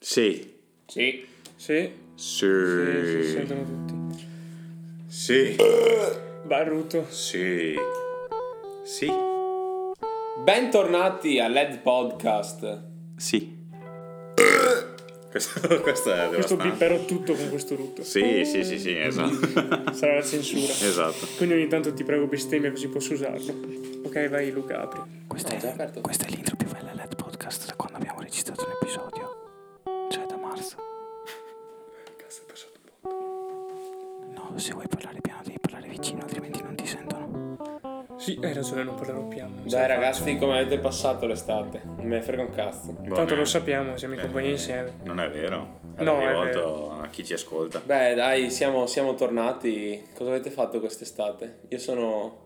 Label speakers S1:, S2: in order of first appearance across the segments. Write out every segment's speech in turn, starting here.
S1: Sì.
S2: Sì.
S3: Sì, sì, sì,
S1: Sì.
S3: sentono tutti.
S1: Sì.
S3: Barruto.
S1: Sì. Sì.
S2: Bentornati a LED Podcast.
S1: Sì. Questo, questo è
S3: Questo
S1: devastante.
S3: bipperò tutto con questo rutto.
S1: Sì, sì, sì, sì, esatto.
S3: Sarà la censura.
S1: esatto.
S3: Quindi ogni tanto ti prego bestemmia così posso usarlo. Ok, vai Luca, apri.
S4: Questo,
S2: No,
S4: è,
S2: già aperto.
S4: questo è l'intro più bella LED podcast da quando abbiamo registrato un episodio. Cioè da marzo. No, se vuoi parlare piano devi parlare vicino, altrimenti non ti sentono.
S3: Sì, hai ragione, non parlerò piano. non ce
S2: Dai
S3: la
S2: ragazzi, come avete passato l'estate? Non me ne frega un cazzo.
S3: faccio. Tanto lo sappiamo,
S1: Eh.
S3: siamo in compagnia insieme.
S1: Non è vero. È
S3: No, è
S1: rivolto a chi ci ascolta.
S2: Beh, dai, siamo, siamo tornati. Cosa avete fatto quest'estate? Io sono.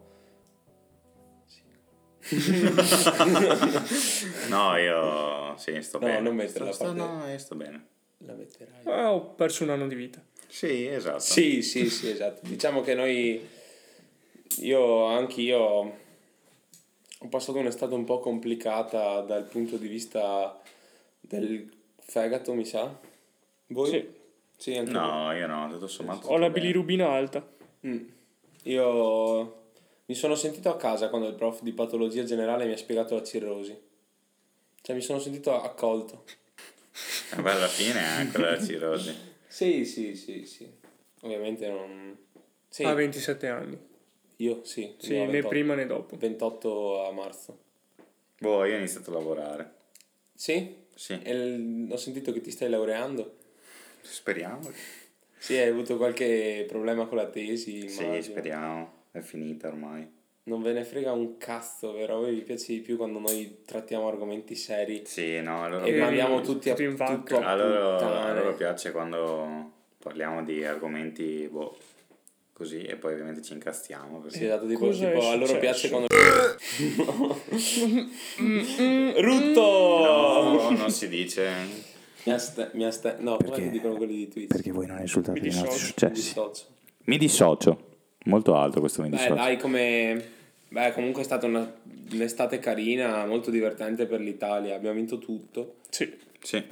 S1: No, io sì, sto
S2: No,
S1: bene.
S2: non metterla
S1: sto,
S2: a
S1: sto,
S2: parte.
S1: No, io sto bene.
S2: La metterai.
S3: Ah, ho perso un anno di vita.
S1: Sì, esatto.
S2: Sì, sì, sì, esatto. Diciamo che noi, io anch'io ho passato un'estate un po' complicata dal punto di vista del fegato, mi sa. Voi?
S3: Sì.
S2: Sì, anche
S1: No, io no, tutto sommato.
S3: Ho la
S1: tutto bene.
S3: bilirubina alta.
S2: voi. Mm. Io mi sono sentito a casa quando il prof di patologia generale mi ha spiegato la cirrosi. Cioè mi sono sentito accolto.
S1: Eh, beh, alla fine è quella della cirrosi.
S2: Sì, sì, sì, sì. Ovviamente non... Sì,
S3: A 27 anni.
S2: io sì.
S3: Ah, Sì,
S2: ne ho
S3: né
S2: 28
S3: prima né dopo.
S2: 28 a marzo.
S1: Boh, io ho iniziato a lavorare.
S2: Sì?
S1: Sì,
S2: E l- ho sentito che ti stai laureando.
S1: speriamo.
S2: Sì, hai avuto qualche problema con la tesi. immagino.
S1: Sì, speriamo. È finita ormai.
S2: Non ve ne frega un cazzo, vero? A voi vi piace di più quando noi trattiamo argomenti seri
S1: Sì, no, allora...
S2: e
S3: Eh,
S2: mandiamo tutti a
S3: tutto in
S2: tutto
S3: vacca.
S2: a
S1: Allora,
S2: puttane.
S1: a loro piace quando parliamo di argomenti, boh, così, e poi ovviamente ci incastiamo. Perché...
S2: Sì, esatto, tipo,
S3: Cosa è
S2: tipo a loro
S3: successo?
S2: piace quando...
S1: Mm,
S2: Rutto!
S1: No, non si dice...
S2: Mi ha sta- mi ha sta- No, come
S4: Perché?
S2: ti dicono quelli di Twitch?
S4: Perché voi non insultate
S3: Mi
S4: i nostri
S3: dissocio,
S2: Mi
S4: successi.
S2: dissocio.
S1: Mi dissocio. Molto alto questo mi
S2: Beh,
S1: dissocio.
S2: dai, come... Beh, comunque è stata una- un'estate carina, molto divertente per l'Italia. Abbiamo vinto tutto.
S3: Sì,
S1: Sì,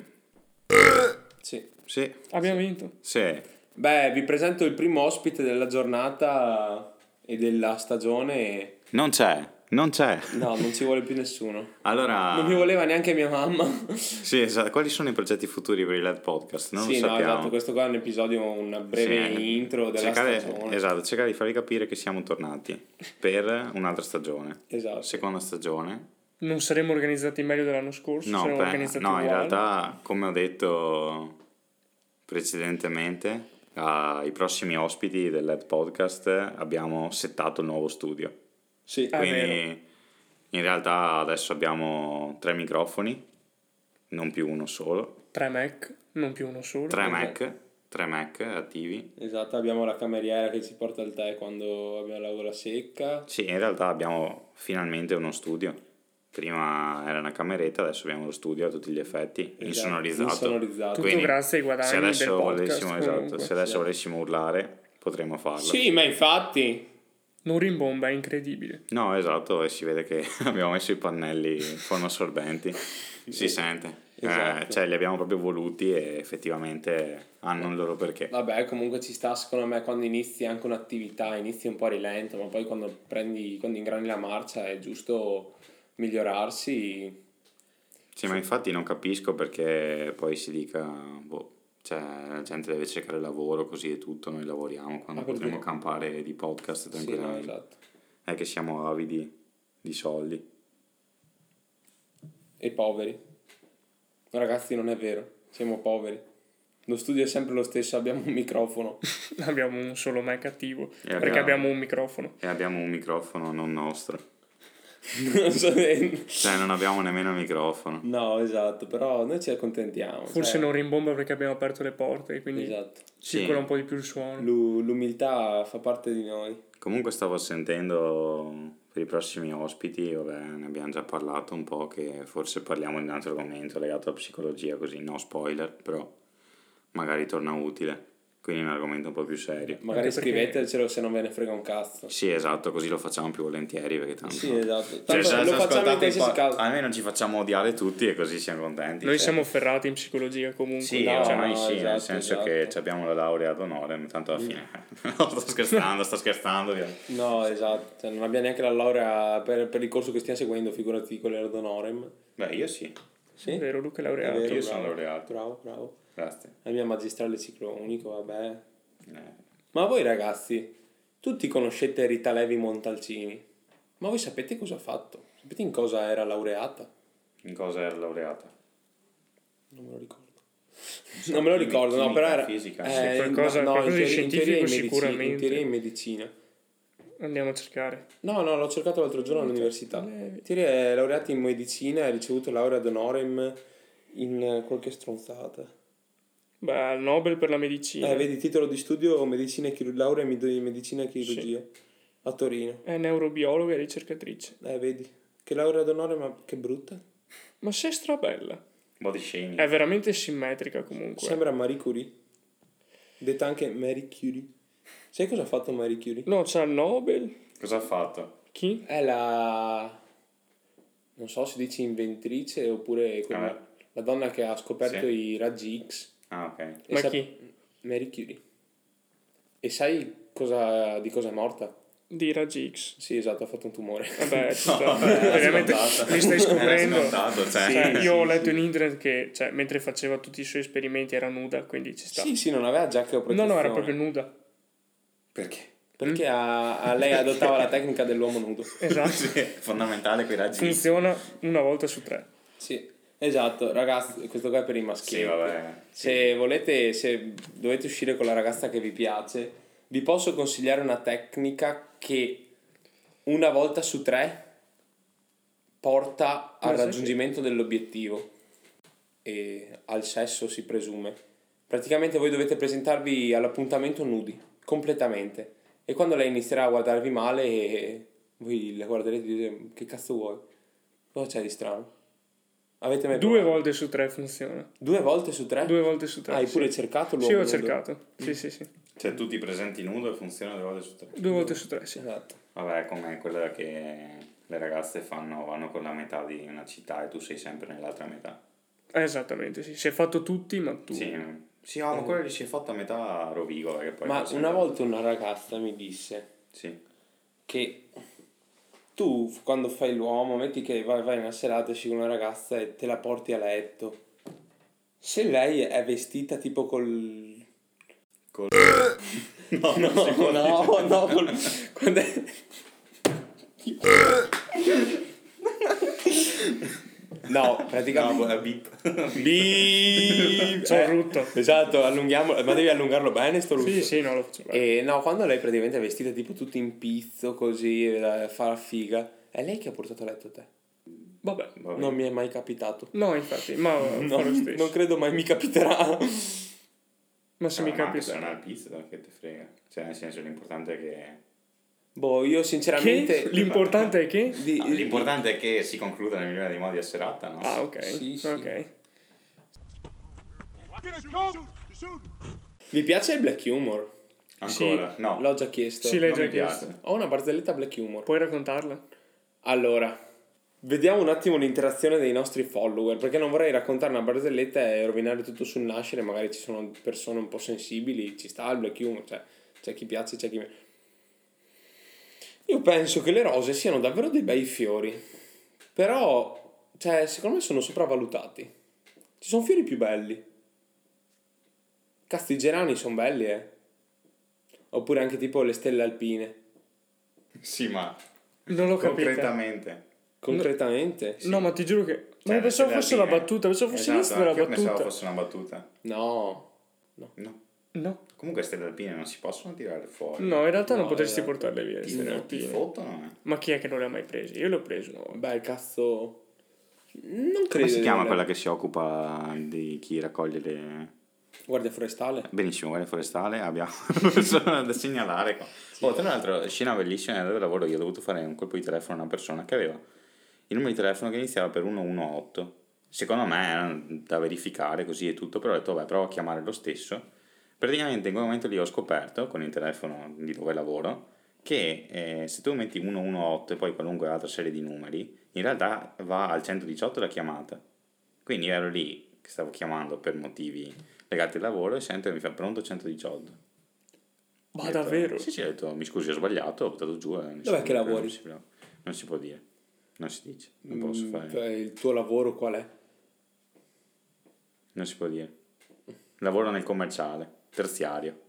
S2: Sì.
S1: sì,
S3: abbiamo vinto.
S1: sì.
S2: Beh, vi presento il primo ospite della giornata e della stagione.
S1: Non c'è, non c'è.
S2: No, non ci vuole più nessuno.
S1: Allora...
S2: Non mi voleva neanche mia mamma.
S1: Sì, esatto. Quali sono i progetti futuri per il LED Podcast? Non
S2: sì,
S1: lo
S2: no,
S1: sappiamo.
S2: esatto, questo qua è un episodio, una breve
S1: Sì, eh.
S2: intro della
S1: cercare,
S2: stagione.
S1: Esatto, cercare di farvi capire che siamo tornati per un'altra stagione.
S2: Esatto.
S1: Seconda stagione. No,
S3: Non saremmo organizzati meglio dell'anno scorso,
S1: beh,
S3: saremmo
S1: no,
S3: Cioè,
S1: in
S3: organizzati uguali.
S1: realtà, come ho detto precedentemente, ai prossimi ospiti del LED Podcast abbiamo settato il nuovo studio.
S2: Sì.
S3: Ah,
S1: Quindi
S3: vero.
S1: in realtà adesso abbiamo tre microfoni, non più uno solo,
S3: Tre Mac, non più uno solo.
S1: tre Mac, tre Mac attivi.
S2: Esatto, abbiamo la cameriera che ci porta il tè quando abbiamo la gola secca.
S1: Sì, in realtà abbiamo finalmente uno studio. Prima era una cameretta, adesso abbiamo lo studio a tutti gli effetti,
S3: Esatto,
S1: insonorizzato.
S2: Esatto, insonorizzato.
S3: Tutto
S1: Ah, Quindi,
S3: grazie ai guadagni
S1: se adesso,
S3: del podcast,
S1: volessimo, esatto,
S3: comunque.
S1: se adesso
S2: Sì.
S1: volessimo urlare, potremmo farlo.
S2: Sì, ma infatti.
S3: Non rimbomba, è incredibile.
S1: No, esatto, e si vede che abbiamo messo i pannelli in forma assorbenti, si sente. Eh,
S2: Esatto.
S1: cioè, li abbiamo proprio voluti e effettivamente hanno il loro perché.
S2: Vabbè, comunque ci sta secondo me quando inizi anche un'attività, inizi un po' a rilento, ma poi quando prendi, quando ingrani la marcia è giusto migliorarsi.
S1: Sì, ma infatti non capisco perché poi si dica, boh, cioè la gente deve cercare lavoro così e tutto, noi lavoriamo quando
S2: Ah, perché-
S1: potremo campare di podcast
S2: Sì, no,
S1: tranquillamente.
S2: esatto.
S1: È che siamo avidi di soldi.
S2: E poveri. Ragazzi, non è vero, siamo poveri. Lo studio è sempre lo stesso, abbiamo un microfono.
S3: Abbiamo un solo Mac attivo, perché
S1: abbiamo-
S3: abbiamo un microfono.
S1: E abbiamo un microfono non nostro.
S2: Non so se-
S1: Cioè non abbiamo nemmeno il microfono.
S2: No, esatto, però noi ci accontentiamo.
S3: Forse
S2: cioè,
S3: non rimbomba perché abbiamo aperto le porte, quindi
S2: Esatto.
S1: Esatto. Sì.
S3: circola un po' di più il suono.
S2: L'u- l'umiltà fa parte di noi.
S1: Comunque stavo sentendo per i prossimi ospiti, vabbè, ne abbiamo già parlato un po', che forse parliamo di un altro argomento legato alla psicologia, così no spoiler, però magari torna utile. quindi è un argomento un po' più serio.
S2: Magari
S3: Anche perché-
S2: scrivetecelo se non ve ne frega un cazzo.
S1: Sì, esatto, così lo facciamo più volentieri perché tanto...
S2: Sì, esatto.
S1: Cioè,
S2: Tanto
S1: se- se
S2: lo facciamo in
S1: ascoltate
S2: qualsiasi
S1: un po', Ah.
S2: caso.
S1: Almeno ci facciamo odiare tutti e così siamo contenti.
S3: Noi
S1: cioè.
S3: siamo ferrati in psicologia comunque.
S1: Sì,
S2: no,
S1: ormai
S2: no,
S1: sì, nel
S2: esatto,
S1: senso
S2: esatto.
S1: che ci abbiamo la laurea ad onore, ma tanto alla fine... no, sto scherzando, sto scherzando. via.
S2: No, esatto. Cioè, non abbiamo neanche la laurea per, per il corso che stiamo seguendo, figurati con l'Erd honorem.
S1: Beh, io sì,
S2: Sì,
S3: È vero, Luca è
S2: È
S3: laureato.
S2: vero,
S1: io sono
S2: bravo.
S1: laureato.
S2: Bravo, bravo.
S1: grazie.
S2: La mia magistrale ciclo unico, vabbè.
S1: Eh,
S2: Ma voi ragazzi, tutti conoscete Rita Levi Montalcini, ma voi sapete cosa ha fatto? Sapete in cosa era laureata?
S1: in cosa era laureata?
S2: Non me lo ricordo. non me lo
S1: chimica,
S2: ricordo, no, però era...
S1: fisica,
S2: eh,
S1: sì.
S2: in-
S3: Qualcosa-
S2: no, in
S3: qualcosa di
S2: teoria- in teoria
S3: scientifico
S2: in medicina- In
S3: sicuramente.
S2: teoria in medicina.
S3: Andiamo a cercare.
S2: No, no, l'ho cercato l'altro giorno all'università. Tiri è laureata in medicina e ha ricevuto laurea ad honorem in eh, qualche stronzata.
S3: Beh, al Nobel per la medicina.
S2: Eh, vedi, titolo di studio medicina e chiru- laurea in med- in medicina e chirurgia a Torino.
S3: È neurobiologa e ricercatrice.
S2: Eh, vedi. Che laurea ad honorem, ma che brutta.
S3: Ma sei strabella.
S1: Body shaming.
S2: Eh.
S3: È veramente simmetrica comunque.
S2: Sembra Marie Curie. Detta anche Marie Curie. Sai cosa ha fatto Marie Curie?
S3: No, c'ha il Nobel.
S1: Cosa ha fatto?
S3: Chi?
S2: È la... Non so se dici inventrice oppure... quella-
S1: Ah.
S2: La donna che ha
S1: Sì.
S2: scoperto i raggi X.
S1: Ah, ok.
S2: E
S3: Ma
S2: sa-
S3: chi?
S2: Mary Curie. E sai cosa, di cosa è morta?
S3: Di raggi X.
S2: Sì, esatto, ha fatto un tumore.
S3: Vabbè, ci sta. Veramente
S1: scontata.
S3: mi stai scoprendo.
S1: Era scontato, cioè.
S3: Cioè, io ho letto in internet che cioè, mentre faceva tutti i suoi esperimenti era nuda, quindi ci sta.
S2: Sì, sì, non aveva giacca o
S3: no,
S2: protezione.
S3: no, era proprio nuda.
S1: Perché?
S2: Perché a, a lei adottava la tecnica dell'uomo nudo.
S3: Esatto.
S1: Sì, è fondamentale quei raggi. X.
S3: Funziona una volta su tre.
S2: Sì, esatto, ragazzi, questo qua è per i maschietti.
S1: Sì, vabbè.
S2: Se volete, se dovete uscire con la ragazza che vi piace, vi posso consigliare una tecnica che una volta su tre porta al
S3: Ma sai
S2: raggiungimento dell'obiettivo e al sesso si presume. Praticamente voi dovete presentarvi all'appuntamento nudi, completamente. E quando lei inizierà a guardarvi male, eh, voi la guarderete e direte che cazzo vuoi? Cosa c'è di strano? Avete mai
S3: Due
S2: provato?
S3: volte su tre funziona.
S2: Due volte su tre?
S3: Due volte su tre.
S2: Ah, Hai pure
S3: sì.
S2: cercato l'uomo
S3: Sì, ho
S2: nudo?
S3: cercato. Sì, sì, sì.
S1: Cioè, tu ti presenti nudo e funziona due volte su tre.
S3: Due volte su tre, sì.
S2: Esatto.
S1: Vabbè, come quella che le ragazze fanno, vanno con la metà di una città e tu sei sempre nell'altra metà.
S3: Esattamente, sì. Si è fatto tutti, ma tu.
S1: Sì, sì ah, ma quella lì si è fatta a metà a Rovigo. perché poi
S2: Ma
S1: forse-
S2: una volta una ragazza mi disse
S1: Sì.
S2: che tu f- quando fai l'uomo, metti che vai, vai in una serata, esci con una ragazza e te la porti a letto. Se lei è vestita tipo col...
S1: Col-
S2: no, no, no, no, col... quando è- No, praticamente...
S1: No, la bip.
S2: Beep.
S3: Sono
S2: Eh,
S3: brutto.
S2: Esatto, allunghiamo, ma devi allungarlo bene sto rutto.
S3: Sì, sì, no, lo faccio.
S2: E no, quando lei praticamente è vestita tipo tutto in pizzo così, eh, fa la figa, è lei che ha portato a letto te.
S3: Vabbè.
S1: Vabbè.
S2: Non mi è mai capitato.
S3: No, infatti, ma
S2: No,
S3: fa lo stesso.
S2: non credo mai mi capiterà.
S3: Ma se mi
S1: Ma anche
S3: capita.
S1: se non è il pizzo, che te frega. Cioè, nel senso, l'importante è che...
S2: Boh, io
S3: Che?
S2: sinceramente...
S3: L'importante è che?
S2: di-
S1: Ah, l'importante è che si concluda nel migliore dei modi a serata, no?
S3: Ah, ok.
S2: Sì, sì.
S3: Ok.
S2: Vi piace il black humor?
S1: Ancora? No.
S2: L'ho già chiesto.
S3: Sì, l'hai
S1: Non
S3: già
S1: mi piace.
S3: chiesto.
S2: Ho una barzelletta black humor.
S3: Puoi raccontarla?
S2: Allora, vediamo un attimo l'interazione dei nostri follower, perché non vorrei raccontare una barzelletta e rovinare tutto sul nascere, magari ci sono persone un po' sensibili, ci sta il black humor, cioè c'è chi piace, c'è chi... Io penso che le rose siano davvero dei bei fiori, però, cioè, secondo me sono sopravvalutati. Ci sono fiori più belli. Cazzo, i gerani sono belli, eh. Oppure anche tipo le stelle alpine.
S1: Sì, ma
S3: Non l'ho capita.
S1: concretamente.
S2: Concretamente?
S3: No, ma ti giuro che.
S1: Cioè,
S3: ma pensavo
S1: alla
S3: fosse
S1: fine-
S3: la battuta, pensavo fosse
S1: Esatto,
S3: l'inizio della
S1: anch'io
S3: battuta.
S1: Pensavo fosse una battuta.
S2: No.
S1: No.
S3: No.
S1: Comunque stelle alpine non si possono tirare fuori.
S3: No, in realtà non
S2: No,
S3: potresti
S2: eh,
S3: portarle via.
S1: Ti,
S3: queste
S1: ti
S3: rapine.
S1: fottono, eh.
S3: Ma chi è che non le ha mai prese? Io le ho prese una volta.
S2: Beh, cazzo. Non credo.
S1: Come si
S2: di
S1: chiama
S2: avere-
S1: quella che si occupa di chi raccoglie le...
S2: Guardia forestale?
S1: Benissimo, Guardia Forestale, abbiamo una persona da segnalare qua. Oh, tra l'altro, scena bellissima dove lavoro io, ho dovuto fare un colpo di telefono a una persona che aveva il numero di telefono che iniziava per 118. Secondo me era da verificare così e tutto, però ho detto, vabbè, provo a chiamare lo stesso. Praticamente in quel momento lì ho scoperto, con il telefono di dove lavoro, che eh, se tu metti 118 e poi qualunque altra serie di numeri, in realtà va al 118 la chiamata. Quindi io ero lì, che stavo chiamando per motivi legati al lavoro, e sento che mi fa pronto 118.
S3: Ma
S1: Ho detto-
S3: davvero?
S1: Sì, sì, ho detto, mi scusi, ho sbagliato, ho buttato giù. eh,
S2: Dov'è che lavori?
S1: Non si, può- non si può dire, non si dice, non posso
S2: Mm,
S1: fare,
S2: cioè, il tuo lavoro qual è?
S1: non si può dire. Lavoro nel commerciale, terziario,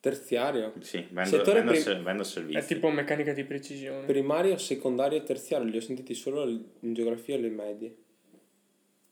S2: Terziario?
S1: sì, vendo,
S2: Settore
S1: vendo
S2: prim-
S1: ser- vendo
S3: È
S1: servizi.
S3: tipo meccanica di precisione.
S2: Primario, secondario e terziario, li ho sentiti solo in geografia e le medie.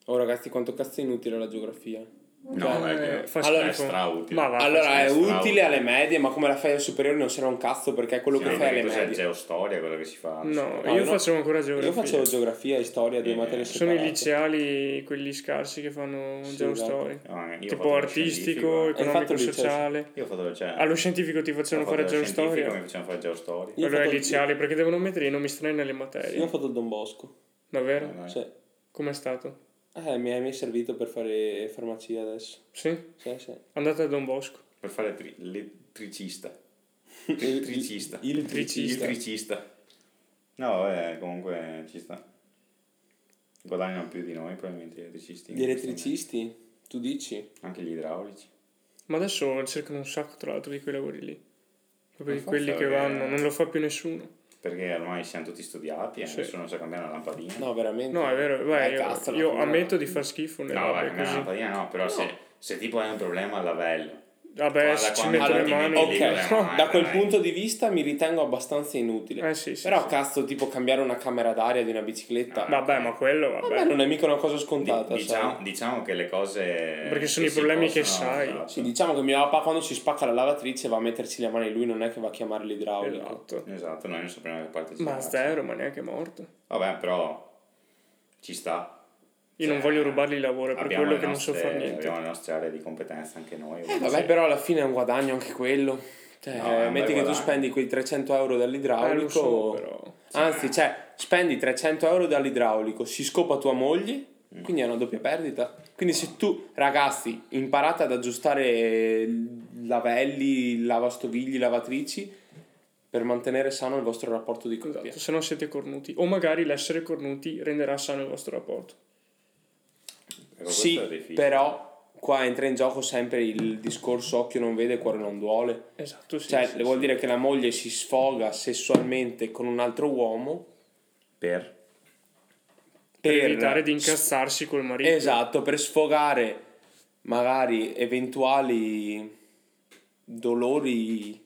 S2: Oh ragazzi, quanto cazzo è inutile la geografia. cioè,
S1: No,
S3: Eh,
S1: perché
S3: fa
S2: allora
S1: è
S3: schifo.
S1: strautile.
S3: Ma va, fa
S2: allora, è
S1: questo è
S2: utile alle medie, ma come la fai alle superiori non serve un cazzo perché è quello
S1: Sì,
S2: che
S1: ma
S2: fai alle
S1: cos'è,
S2: medie.
S1: geostoria, quella che si fa. non so.
S3: No,
S2: No, no.
S3: io facevo ancora geografia.
S2: Io facevo geografia, storia, due
S1: Eh,
S2: materie
S3: Sono
S2: separate.
S3: i liceali, quelli scarsi che fanno
S2: Sì,
S3: geostoria.
S1: No, Eh, io ho fatto
S3: Tipo
S1: lo
S3: artistico,
S1: scientifico.
S2: Hai fatto
S3: economico,
S2: il liceo?
S3: sociale.
S1: Io ho fatto lo cioè,
S3: Allo scientifico ti
S1: ho
S3: facevano
S1: fatto
S3: fare
S1: lo scientifico, Mi
S3: geostoria.
S1: facevano fare geostoria.
S2: Io ho
S3: Allora ai
S2: fatto il-
S3: liceali, perché devono mettere i nomi strani nelle
S2: Io ho
S3: materie.
S2: fatto il Don Bosco.
S1: Eh,
S3: Davvero?
S1: no, eh.
S2: Cioè,
S3: Com'è stato?
S2: eh, mi è, mi è servito per fare farmacia adesso. Cioè,
S3: Sì?
S2: Sì, sì.
S3: Andate a Don Bosco.
S1: Per fare tri- l'elettricista. Elettricista.
S2: Il, il
S1: Il
S2: tricista.
S1: tricista. No, vabbè, comunque ci sta. Guadagnano più di noi, probabilmente, gli elettricisti.
S2: Gli elettricisti, tu dici?
S1: Anche gli idraulici.
S3: Ma adesso cercano un sacco, tra l'altro, di quei lavori lì. Proprio di
S1: Ma
S3: quelli
S1: forse
S3: che
S1: è-
S3: vanno, non lo fa più nessuno.
S1: Perché ormai siamo tutti studiati e
S3: Sì.
S1: nessuno sa cambiare una lampadina.
S2: No, veramente.
S3: No, è vero,
S2: Dai,
S3: vai, io,
S2: cazzo, la
S3: io
S2: figura.
S3: ammetto di far schifo nelle
S1: No, vai,
S3: robe
S1: cambiare la
S3: così.
S1: lampadina no, però Se, se tipo hai un problema al lavello.
S3: Vabbè,
S1: Guarda,
S3: se ci
S1: quando-
S3: metto le
S1: allora ti
S3: mani...
S1: metti lì con
S2: Ok,
S1: le mani,
S2: da quel
S1: dai.
S2: punto di vista mi ritengo abbastanza inutile.
S3: Eh sì, sì.
S2: Però
S3: sì.
S2: cazzo, tipo cambiare una camera d'aria di una bicicletta. Ma
S3: Vabbè, ma quello, vabbè.
S2: non è mica una cosa
S1: Di-
S2: scontata,
S1: diciamo,
S2: sai.
S1: diciamo che le cose.
S3: Perché sono
S1: che
S3: i
S1: si
S3: problemi che
S1: possono-
S3: sai.
S1: esatto.
S2: Sì, diciamo che mio papà quando si spacca la lavatrice va a metterci le mani lui, non è che va a chiamare l'idraulico.
S3: Esatto.
S1: Esatto, noi non sappiamo da che parte ci
S3: Ma
S1: piace.
S3: zero, ma neanche morto.
S1: Vabbè, però ci sta.
S3: Io non
S1: Cioè,
S3: voglio rubargli il lavoro, è per
S1: abbiamo
S3: quello
S1: le
S3: che non so
S1: nostre-
S3: fare niente.
S1: Abbiamo le nostre aree di competenza anche noi.
S2: Eh,
S1: ovviamente.
S2: vabbè, però alla fine è un guadagno anche quello. Cioè,
S1: No, è un bel
S2: metti che tu
S1: guadagno.
S2: spendi quei 300 euro
S3: Eh,
S2: dall'idraulico.
S3: lo so, però.
S2: Anzi, cioè, spendi 300 euro dall'idraulico, si scopa tua moglie,
S3: Mm.
S2: quindi è una doppia perdita. Quindi se tu, ragazzi, imparate ad aggiustare lavelli, lavastoviglie, lavatrici per mantenere sano il vostro rapporto di coppia.
S3: Esatto, se no siete cornuti. O magari l'essere cornuti renderà sano il vostro rapporto.
S1: Ecco, questo
S2: Sì,
S1: è difficile.
S2: però qua entra in gioco sempre il discorso occhio non vede, cuore non duole.
S3: Esatto, sì.
S2: Cioè,
S3: sì,
S2: vuol dire che la moglie si sfoga sessualmente con un altro uomo
S1: Per?
S3: Per evitare di incazzarsi col marito.
S2: Esatto, per sfogare magari eventuali dolori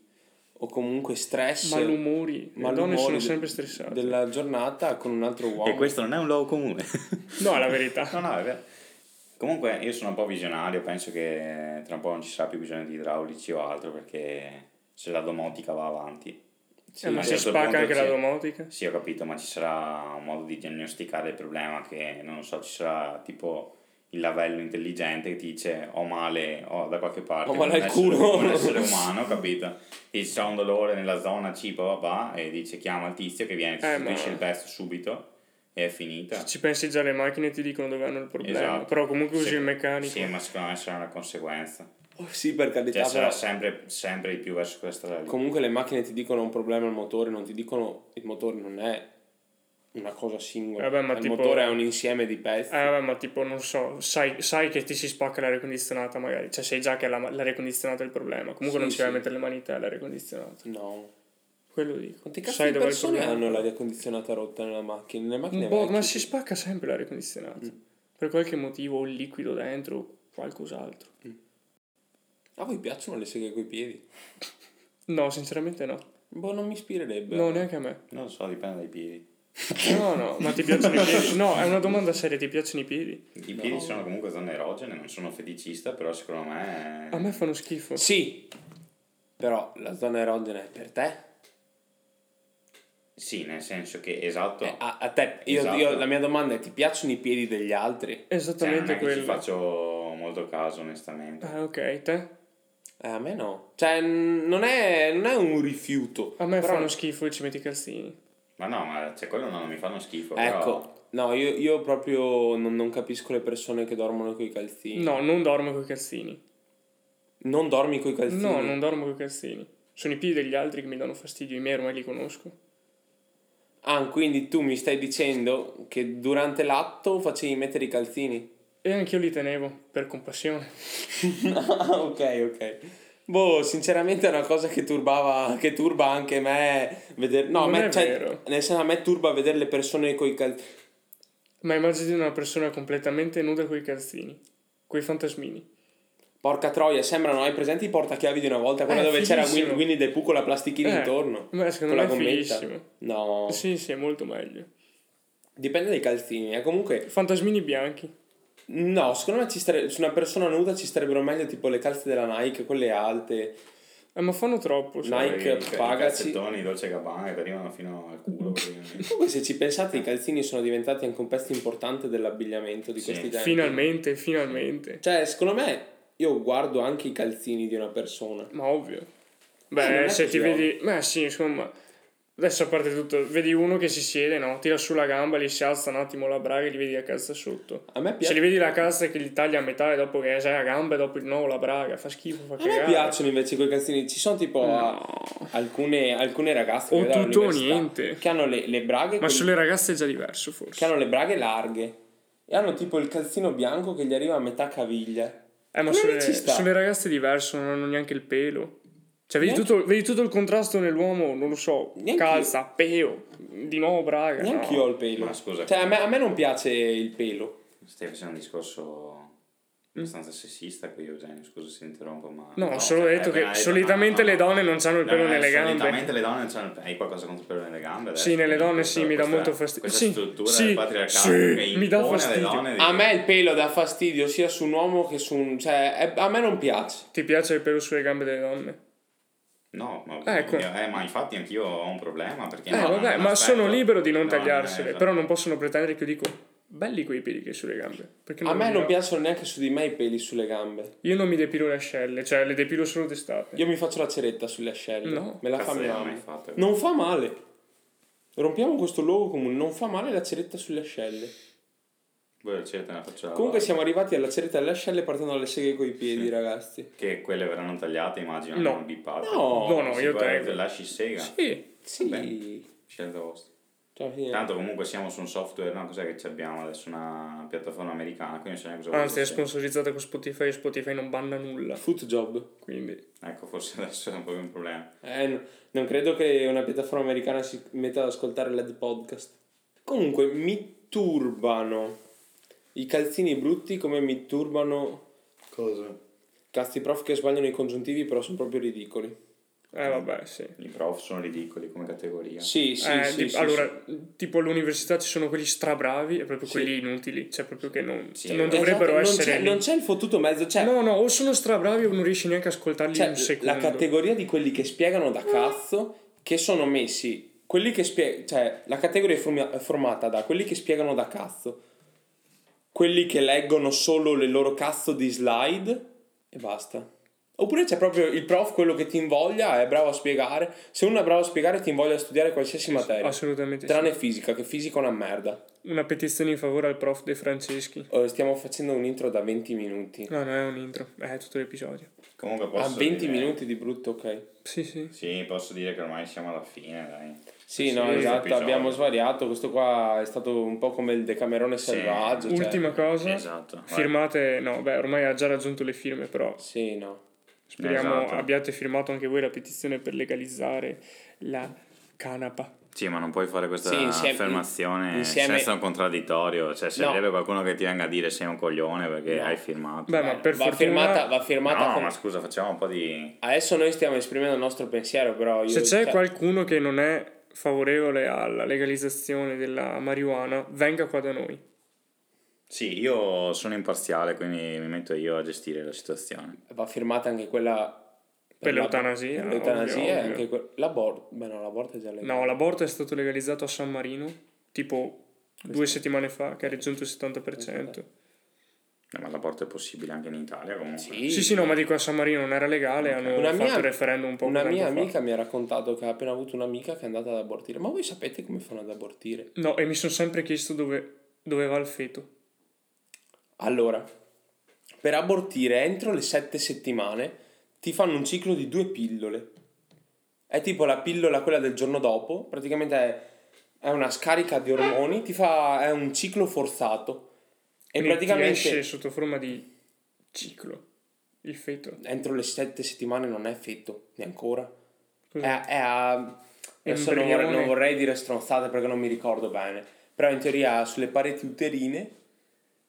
S2: o comunque stress
S3: Malumori. Le donne
S2: malumori
S3: sono
S2: de-
S3: sempre stressate.
S2: della giornata con un altro uomo.
S1: E questo non è un luogo comune.
S3: No, è la verità.
S1: no, no, è vero. Comunque io sono un po' visionario, penso che tra un po' non ci sarà più bisogno di idraulici o altro perché se la domotica va avanti.
S3: Eh, ma
S1: a un
S3: si
S1: certo
S3: spacca
S1: punto
S3: anche la
S1: ci-
S3: domotica.
S1: Sì, ho capito, ma ci sarà un modo di diagnosticare il problema che, non lo so, ci sarà tipo il lavello intelligente che ti dice ho male, ho da qualche parte
S2: Ho male
S1: un
S2: al
S1: essere-
S2: culo.
S1: un essere umano, capito? Ti dice c'è un dolore nella zona C, bah, bah, bah, e dice chiama il tizio che viene, ti
S3: Eh,
S1: sostituisce
S3: ma-
S1: il pezzo subito e è
S2: Cioè.
S1: finita.
S3: Ci pensi già le macchine ti dicono dove hanno il problema.
S1: Esatto.
S3: Però comunque usi
S1: Sì,
S3: il meccanico. Eh,
S1: Sì, ma secondo me sarà una conseguenza.
S2: Oh, sì, per
S1: Cioè
S2: carità,
S1: sarà
S2: però
S1: sempre, sempre di più verso questa strada lì.
S2: comunque le macchine ti dicono un problema al motore, non ti dicono il motore non è una cosa singola.
S3: Vabbè, Eh ma
S2: il
S3: tipo-
S2: motore è un insieme di pezzi.
S3: Eh, vabbè, ma tipo, non so, sai, sai che ti si spacca l'aria condizionata, magari. Cioè, sai già che la- l'aria condizionata è il problema. Comunque
S2: Sì,
S3: non ci vai a
S2: sì.
S3: mettere le mani te all'aria condizionata.
S2: No.
S3: Quello dico.
S2: Quante cazzo
S3: Sai
S2: di
S3: dov'è il
S2: persone
S3: problema?
S2: hanno l'aria condizionata rotta nella macchina? Nelle macchine
S3: Un po',
S2: vecchie,
S3: ma
S2: tipo.
S3: si spacca sempre l'aria condizionata.
S2: Mm.
S3: Per qualche motivo, o il liquido dentro, o qualcos'altro.
S2: A voi piacciono le seghe coi piedi?
S3: No, sinceramente no.
S2: Boh, non mi ispirerebbe.
S3: No, neanche a me.
S1: Non lo so, dipende dai piedi.
S3: No, no, ma ti piacciono i piedi? No, è una domanda seria, ti piacciono i piedi?
S1: I piedi sono comunque zone erogene, non sono feticista, però secondo me...
S3: A me fanno schifo.
S2: Sì, però la zona erogena è per te.
S1: Sì, nel senso che esatto.
S2: Eh, a, a te. Io,
S1: Esatto.
S2: io- la mia domanda è: ti piacciono i piedi degli altri?
S1: Cioè, non
S3: Esattamente
S1: è che ci
S3: quello.
S1: faccio molto caso, onestamente.
S3: Ah, ok, te?
S2: Eh, a me no. Cioè, n- non è, non è un rifiuto.
S3: A me
S2: però-
S3: fanno schifo e ci metti i calzini.
S1: Ma no, ma cioè, quello no, non mi fanno schifo. però-
S2: Ecco, no, io, io proprio non, non capisco le persone che dormono con i calzini.
S3: No, non dormo con i calzini.
S2: Non dormi coi calzini?
S3: No, non dormo con i calzini. Sono i piedi degli altri che mi danno fastidio, i miei ormai li conosco.
S2: Ah, quindi tu mi stai dicendo che durante l'atto facevi mettere i calzini?
S3: E anch'io li tenevo, per compassione.
S2: Ah, ok, ok. Boh, sinceramente è una cosa che turbava, che turba anche me vedere... No, a
S3: Non
S2: me,
S3: è
S2: cioè,
S3: vero.
S2: nel senso a me turba vedere le persone coi calzini.
S3: Ma immagini una persona completamente nuda con i calzini, coi fantasmini.
S2: Porca troia, sembrano, hai presenti i portachiavi di una volta? Quella
S3: Eh,
S2: dove c'era
S3: fighissimo.
S2: Winnie, Winnie the Pooh con la plastichina
S3: Eh,
S2: intorno?
S3: ma secondo
S2: con la
S3: me è
S2: gommetta?
S3: fighissimo.
S2: No,
S3: Sì, sì, è molto meglio.
S2: dipende dai calzini. eh, Comunque,
S3: Fantasmini bianchi.
S2: no, secondo me ci stare- su una persona nuda ci starebbero meglio tipo le calze della Nike, quelle alte.
S3: Eh, ma fanno troppo. sai.
S2: Nike,
S1: Poi i-
S2: pagaci.
S1: I calzettoni Dolce Gabbana che arrivano fino al culo. praticamente.
S2: Comunque, se ci pensate, i calzini sono diventati anche un pezzo importante dell'abbigliamento di
S1: Sì,
S2: questi tempi.
S3: Finalmente, finalmente.
S2: Cioè, secondo me, io guardo anche i calzini di una persona.
S3: Ma ovvio.
S2: Eh, non
S3: Beh,
S2: è
S3: se
S2: così
S3: ti vedi... Ma sì, insomma... Adesso a parte tutto, vedi uno che si siede, no? Tira su la gamba, gli si alza un attimo la braga e gli vedi la calza sotto.
S2: A me
S3: Se
S2: piace.
S3: gli vedi la calza che gli taglia a metà e dopo che sai la gamba e dopo di nuovo la braga, fa schifo, fa
S2: A me
S3: cagare.
S2: piacciono invece quei calzini. Ci sono tipo a- alcune, alcune ragazze che
S3: O
S2: vedo
S3: tutto o
S2: all'università
S3: niente.
S2: che hanno le, le braghe
S3: Ma
S2: con-
S3: sulle ragazze è già diverso
S2: che
S3: forse.
S2: hanno le braghe larghe e hanno tipo il calzino bianco che gli arriva a metà caviglia.
S3: Eh, ma
S2: Come
S3: sulle,
S2: ci sta?
S3: sulle ragazze è diverso, non hanno neanche il pelo. Cioè, vedi
S2: Neanche-
S3: tutto, vedi tutto il contrasto nell'uomo, non lo so,
S2: Neanche
S3: calza, peo, di nuovo braga.
S2: Neanche
S3: no.
S2: io ho il pelo.
S1: Ma scusa.
S2: Cioè, a me, a me non piace il pelo.
S1: Stai facendo un discorso abbastanza sessista qui, Eugenio. Scusa se interrompo, ma.
S3: No, ho solo
S1: cioè,
S3: detto
S1: hai
S3: che
S1: appena detto-
S3: solitamente
S1: no, no,
S3: le
S1: no.
S3: donne non hanno il
S1: No,
S3: pelo
S1: eh,
S3: nelle gambe.
S1: Solitamente le donne non c'hanno il pelo. Hai qualcosa contro il pelo nelle gambe? adesso?
S3: Sì, nelle donne sì, mi dà
S1: Questa-
S3: molto fastidio.
S1: Questa
S3: Sì,
S1: struttura
S3: sì,
S1: del patriarcato
S3: sì,
S1: che
S3: mi
S1: impone
S3: dà
S1: alle
S3: fastidio.
S1: donne di-
S2: A me il pelo dà fastidio sia su un uomo che su un. cioè, è- a me non piace.
S3: Ti piace il pelo sulle gambe delle donne?
S1: No, ma,
S3: Ecco.
S1: eh, ma infatti anch'io ho un problema perché...
S3: Eh,
S1: no, non-
S3: vabbè,
S1: non
S3: ma
S1: aspetto-
S3: sono libero di non
S1: no,
S3: tagliarsele,
S1: esatto.
S3: però non possono pretendere che io dico belli quei peli che hai sulle gambe. Perché
S2: A me
S3: mi
S2: non
S3: va.
S2: piacciono neanche su di me i peli sulle gambe.
S3: Io non mi depilo le ascelle, cioè le depilo solo d'estate.
S2: Io mi faccio la ceretta sulle ascelle.
S3: No.
S2: Me la
S1: Cazzo,
S2: fa mia
S1: io non l'ho
S2: mamma.
S1: mai fatto.
S2: Non fa male. Rompiamo questo luogo comune. Non fa male la ceretta sulle ascelle.
S1: Voi accetta una faccia
S2: Comunque siamo arrivati alla ceretta delle ascelle partendo dalle seghe coi piedi, ragazzi.
S1: Che quelle verranno tagliate, immagino,
S3: No.
S1: non bippate.
S2: No.
S3: No, no,
S1: Si
S3: io
S1: guarda,
S3: tengo.
S1: Lasci sega.
S3: Sì.
S2: Sì.
S1: Beh. Scelta vostra.
S2: Cioè, alla fine-
S1: Tanto comunque siamo su un software, no? Cos'è che ci abbiamo adesso? Una piattaforma americana, quindi non so neanche cosa
S3: Anzi, Ah, è
S1: vuol dire.
S3: sponsorizzata con Spotify e Spotify non banna nulla.
S2: Foot job.
S3: Quindi,
S1: Ecco, forse adesso è un po' un problema.
S2: Eh, no- non credo che una piattaforma americana si metta ad ascoltare l'ed podcast. Comunque, mi turbano i calzini brutti come mi turbano
S5: Cosa?
S2: cazzi prof che sbagliano i congiuntivi, però sono proprio ridicoli.
S3: eh, vabbè, sì.
S1: I prof sono ridicoli come categoria.
S2: Sì, Mm. sì,
S3: Eh,
S2: sì,
S3: di-
S2: sì, sì.
S3: allora, tipo all'università ci sono quelli strabravi e proprio
S2: Sì.
S3: quelli inutili, cioè proprio che non,
S1: Sì,
S3: cioè, non
S1: esatto,
S3: dovrebbero
S2: Esatto, non
S3: essere
S2: c'è,
S3: lì.
S2: non c'è il fottuto mezzo, cioè,
S3: No, no, o sono strabravi o non riesci neanche a ascoltarli
S2: cioè,
S3: un secondo.
S2: la categoria di quelli che spiegano da cazzo, che sono messi, quelli che spiegano, cioè, la categoria è, formi- è formata da quelli che spiegano da cazzo, quelli che leggono solo le loro cazzo di slide e basta. Oppure c'è proprio il prof, quello che ti invoglia, è bravo a spiegare. Se uno è bravo a spiegare, ti invoglia a studiare qualsiasi materia.
S3: Assolutamente
S2: Tranne fisica, che fisica è una merda.
S3: sì. Una petizione in favore al prof De Franceschi.
S2: Eh, Stiamo facendo un intro da 20 minuti.
S3: No, non è un intro, è tutto l'episodio.
S1: Comunque
S2: A
S1: posso
S2: 20
S1: dire-
S2: Ah, minuti di brutto, ok.
S3: Sì, sì.
S1: Sì, posso dire che ormai siamo alla fine, dai.
S2: Sì, no,
S1: questo
S2: esatto,
S1: episodio.
S2: abbiamo svariato. Questo qua è stato un po' come il Decamerone selvaggio. cioè-
S3: Ultima cosa.
S1: Esatto.
S3: Firmate, no, beh, ormai ha già raggiunto le firme, però
S2: Sì, no.
S3: speriamo
S1: Esatto.
S3: abbiate firmato anche voi la petizione per legalizzare la canapa.
S1: Sì, ma non puoi fare questa
S2: Sì, insieme-
S1: affermazione cioè,
S2: insieme-
S1: senza un contraddittorio. Cioè, servirebbe qualcuno che ti venga a dire sei un coglione perché hai firmato.
S3: Beh, ma per
S2: Eh, va
S3: fortuna
S2: firmata, va firmata
S1: no,
S2: con-
S1: ma scusa, facciamo un po' di...
S2: Adesso noi stiamo esprimendo il nostro pensiero, però io
S3: se c'è
S2: cioè,
S3: qualcuno che non è favorevole alla legalizzazione della marijuana, venga qua da noi.
S1: Sì, io sono imparziale, quindi mi metto io a gestire la situazione.
S2: va firmata anche quella
S3: Per
S2: la-
S3: l'eutanasia,
S2: per l'eutanasia
S3: ovvio,
S2: e
S3: ovvio.
S2: anche que- l'aborto. Beh, no, l'aborto è già legale.
S3: No, l'aborto è stato legalizzato a San Marino, tipo due settimane fa, che ha raggiunto il 70%.
S1: Eh, Ma l'aborto è possibile anche in Italia comunque.
S2: Sì.
S3: Sì, sì, no, ma dico a San Marino non era legale, hanno
S2: Una
S3: fatto
S2: mia-
S3: il referendum un po'
S2: Una
S3: tempo
S2: mia
S3: fa.
S2: amica mi ha raccontato che ha appena avuto un'amica che è andata ad abortire. Ma voi sapete come fanno ad abortire?
S3: No, e mi sono sempre chiesto dove, dove va il feto.
S2: Allora, per abortire entro le sette settimane ti fanno un ciclo di due pillole. È tipo la pillola quella del giorno dopo, praticamente è, è una scarica di ormoni, ti fa, è un ciclo forzato. E
S3: Quindi ti esce
S2: praticamente
S3: sotto forma di ciclo il feto.
S2: entro le sette settimane non è feto, neanche ancora. È,
S3: Cos'è?
S2: è a... Adesso non vorrei,
S3: Embrione.
S2: non vorrei dire stronzate perché non mi ricordo bene, però in teoria sulle pareti uterine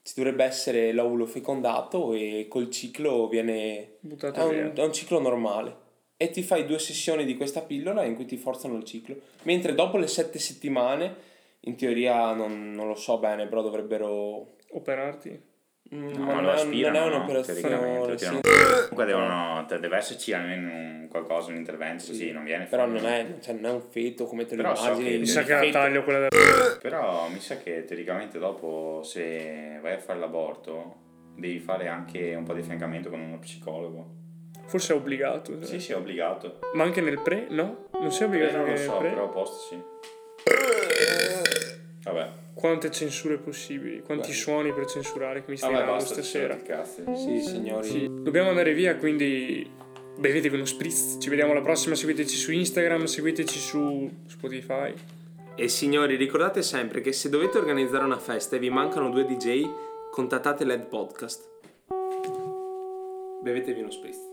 S2: ci dovrebbe essere l'ovulo fecondato e col ciclo viene è
S3: Buttato
S2: un,
S3: via.
S2: è un ciclo normale. E ti fai due sessioni di questa pillola in cui ti forzano il ciclo. Mentre dopo le sette settimane, in teoria non, non lo so bene, però dovrebbero.
S3: Operarti.
S2: Mm,
S1: No,
S2: ma
S1: ma
S2: non
S1: lo
S2: è-
S1: aspirano,
S2: non è
S1: no?
S2: un'operazione.
S1: Teoricamente,
S2: sì.
S1: tirano- Comunque devono, te- deve esserci almeno un qualcosa, un intervento, sì, non viene
S2: Però
S1: fuori.
S2: non è, cioè, non è un feto come te lo
S1: Però so che-
S2: immagini.
S3: Mi
S2: il
S3: sa che era
S2: feto-
S3: taglio quella del...
S1: Però mi sa che teoricamente dopo se vai a fare l'aborto devi fare anche un po' di fiancamento con uno psicologo.
S3: Forse è obbligato.
S1: Sì,
S3: cioè.
S1: sì, è obbligato.
S3: Ma anche nel pre? No? Non sei
S1: Eh,
S3: obbligato
S1: non
S3: anche
S1: lo
S3: nel
S1: so,
S3: pre?
S1: però posto sì. Vabbè.
S3: Quante censure possibili? Quanti
S2: Beh.
S3: suoni per censurare che mi stai
S1: Vabbè,
S3: dando
S1: basta,
S3: stasera?
S1: ti cazzi.
S2: Sì, signori.
S3: Sì. Dobbiamo andare via, quindi bevetevi uno spritz. Ci vediamo alla prossima. Seguiteci su Instagram, seguiteci su Spotify.
S2: E signori, ricordate sempre che se dovete organizzare una festa e vi mancano due DJ, contattate l'Ed Podcast. Bevetevi uno spritz.